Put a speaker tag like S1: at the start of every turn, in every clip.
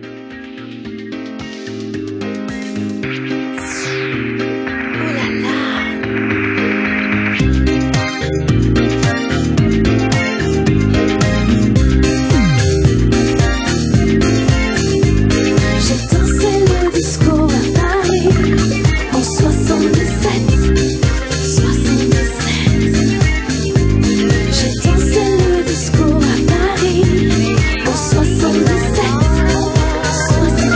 S1: Oh, J'ai dansé le disco à Paris en 77, 77. J'ai dansé le disco à Paris en 77, 77.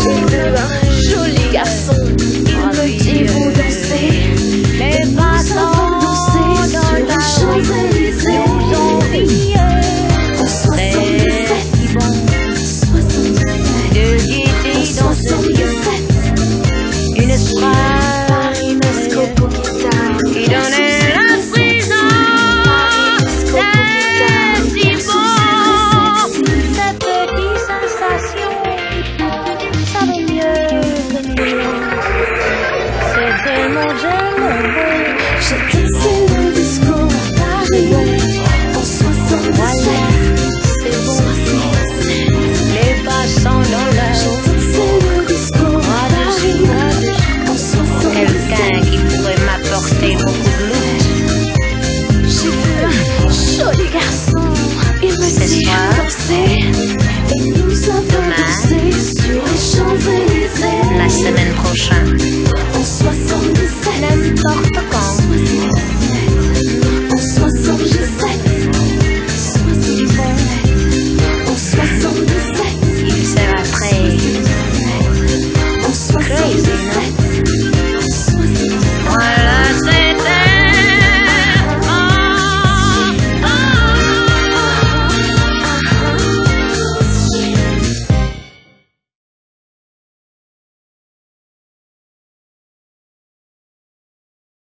S1: J'ai vu un joli garçon, il me dit vous dansez. Les passants danser sur les Champs-Élysées en 77. 77. En 77, Paris Mescopolitain. Qui donnait la prison. C'est si bon. Cette petite sensation, ça vaut mieux que mieux. C'est tellement généreux. J'ai dansé le disco à Paris en 77. C'est bon. 77. Les passants dans la J'ai dansé le disco à Paris en 77.
S2: Quelqu'un qui pourrait m'apporter beaucoup de loups.
S1: J'ai vu un joli garçon. Il me
S2: C'est
S1: dit
S2: ça.
S1: danser
S2: oh,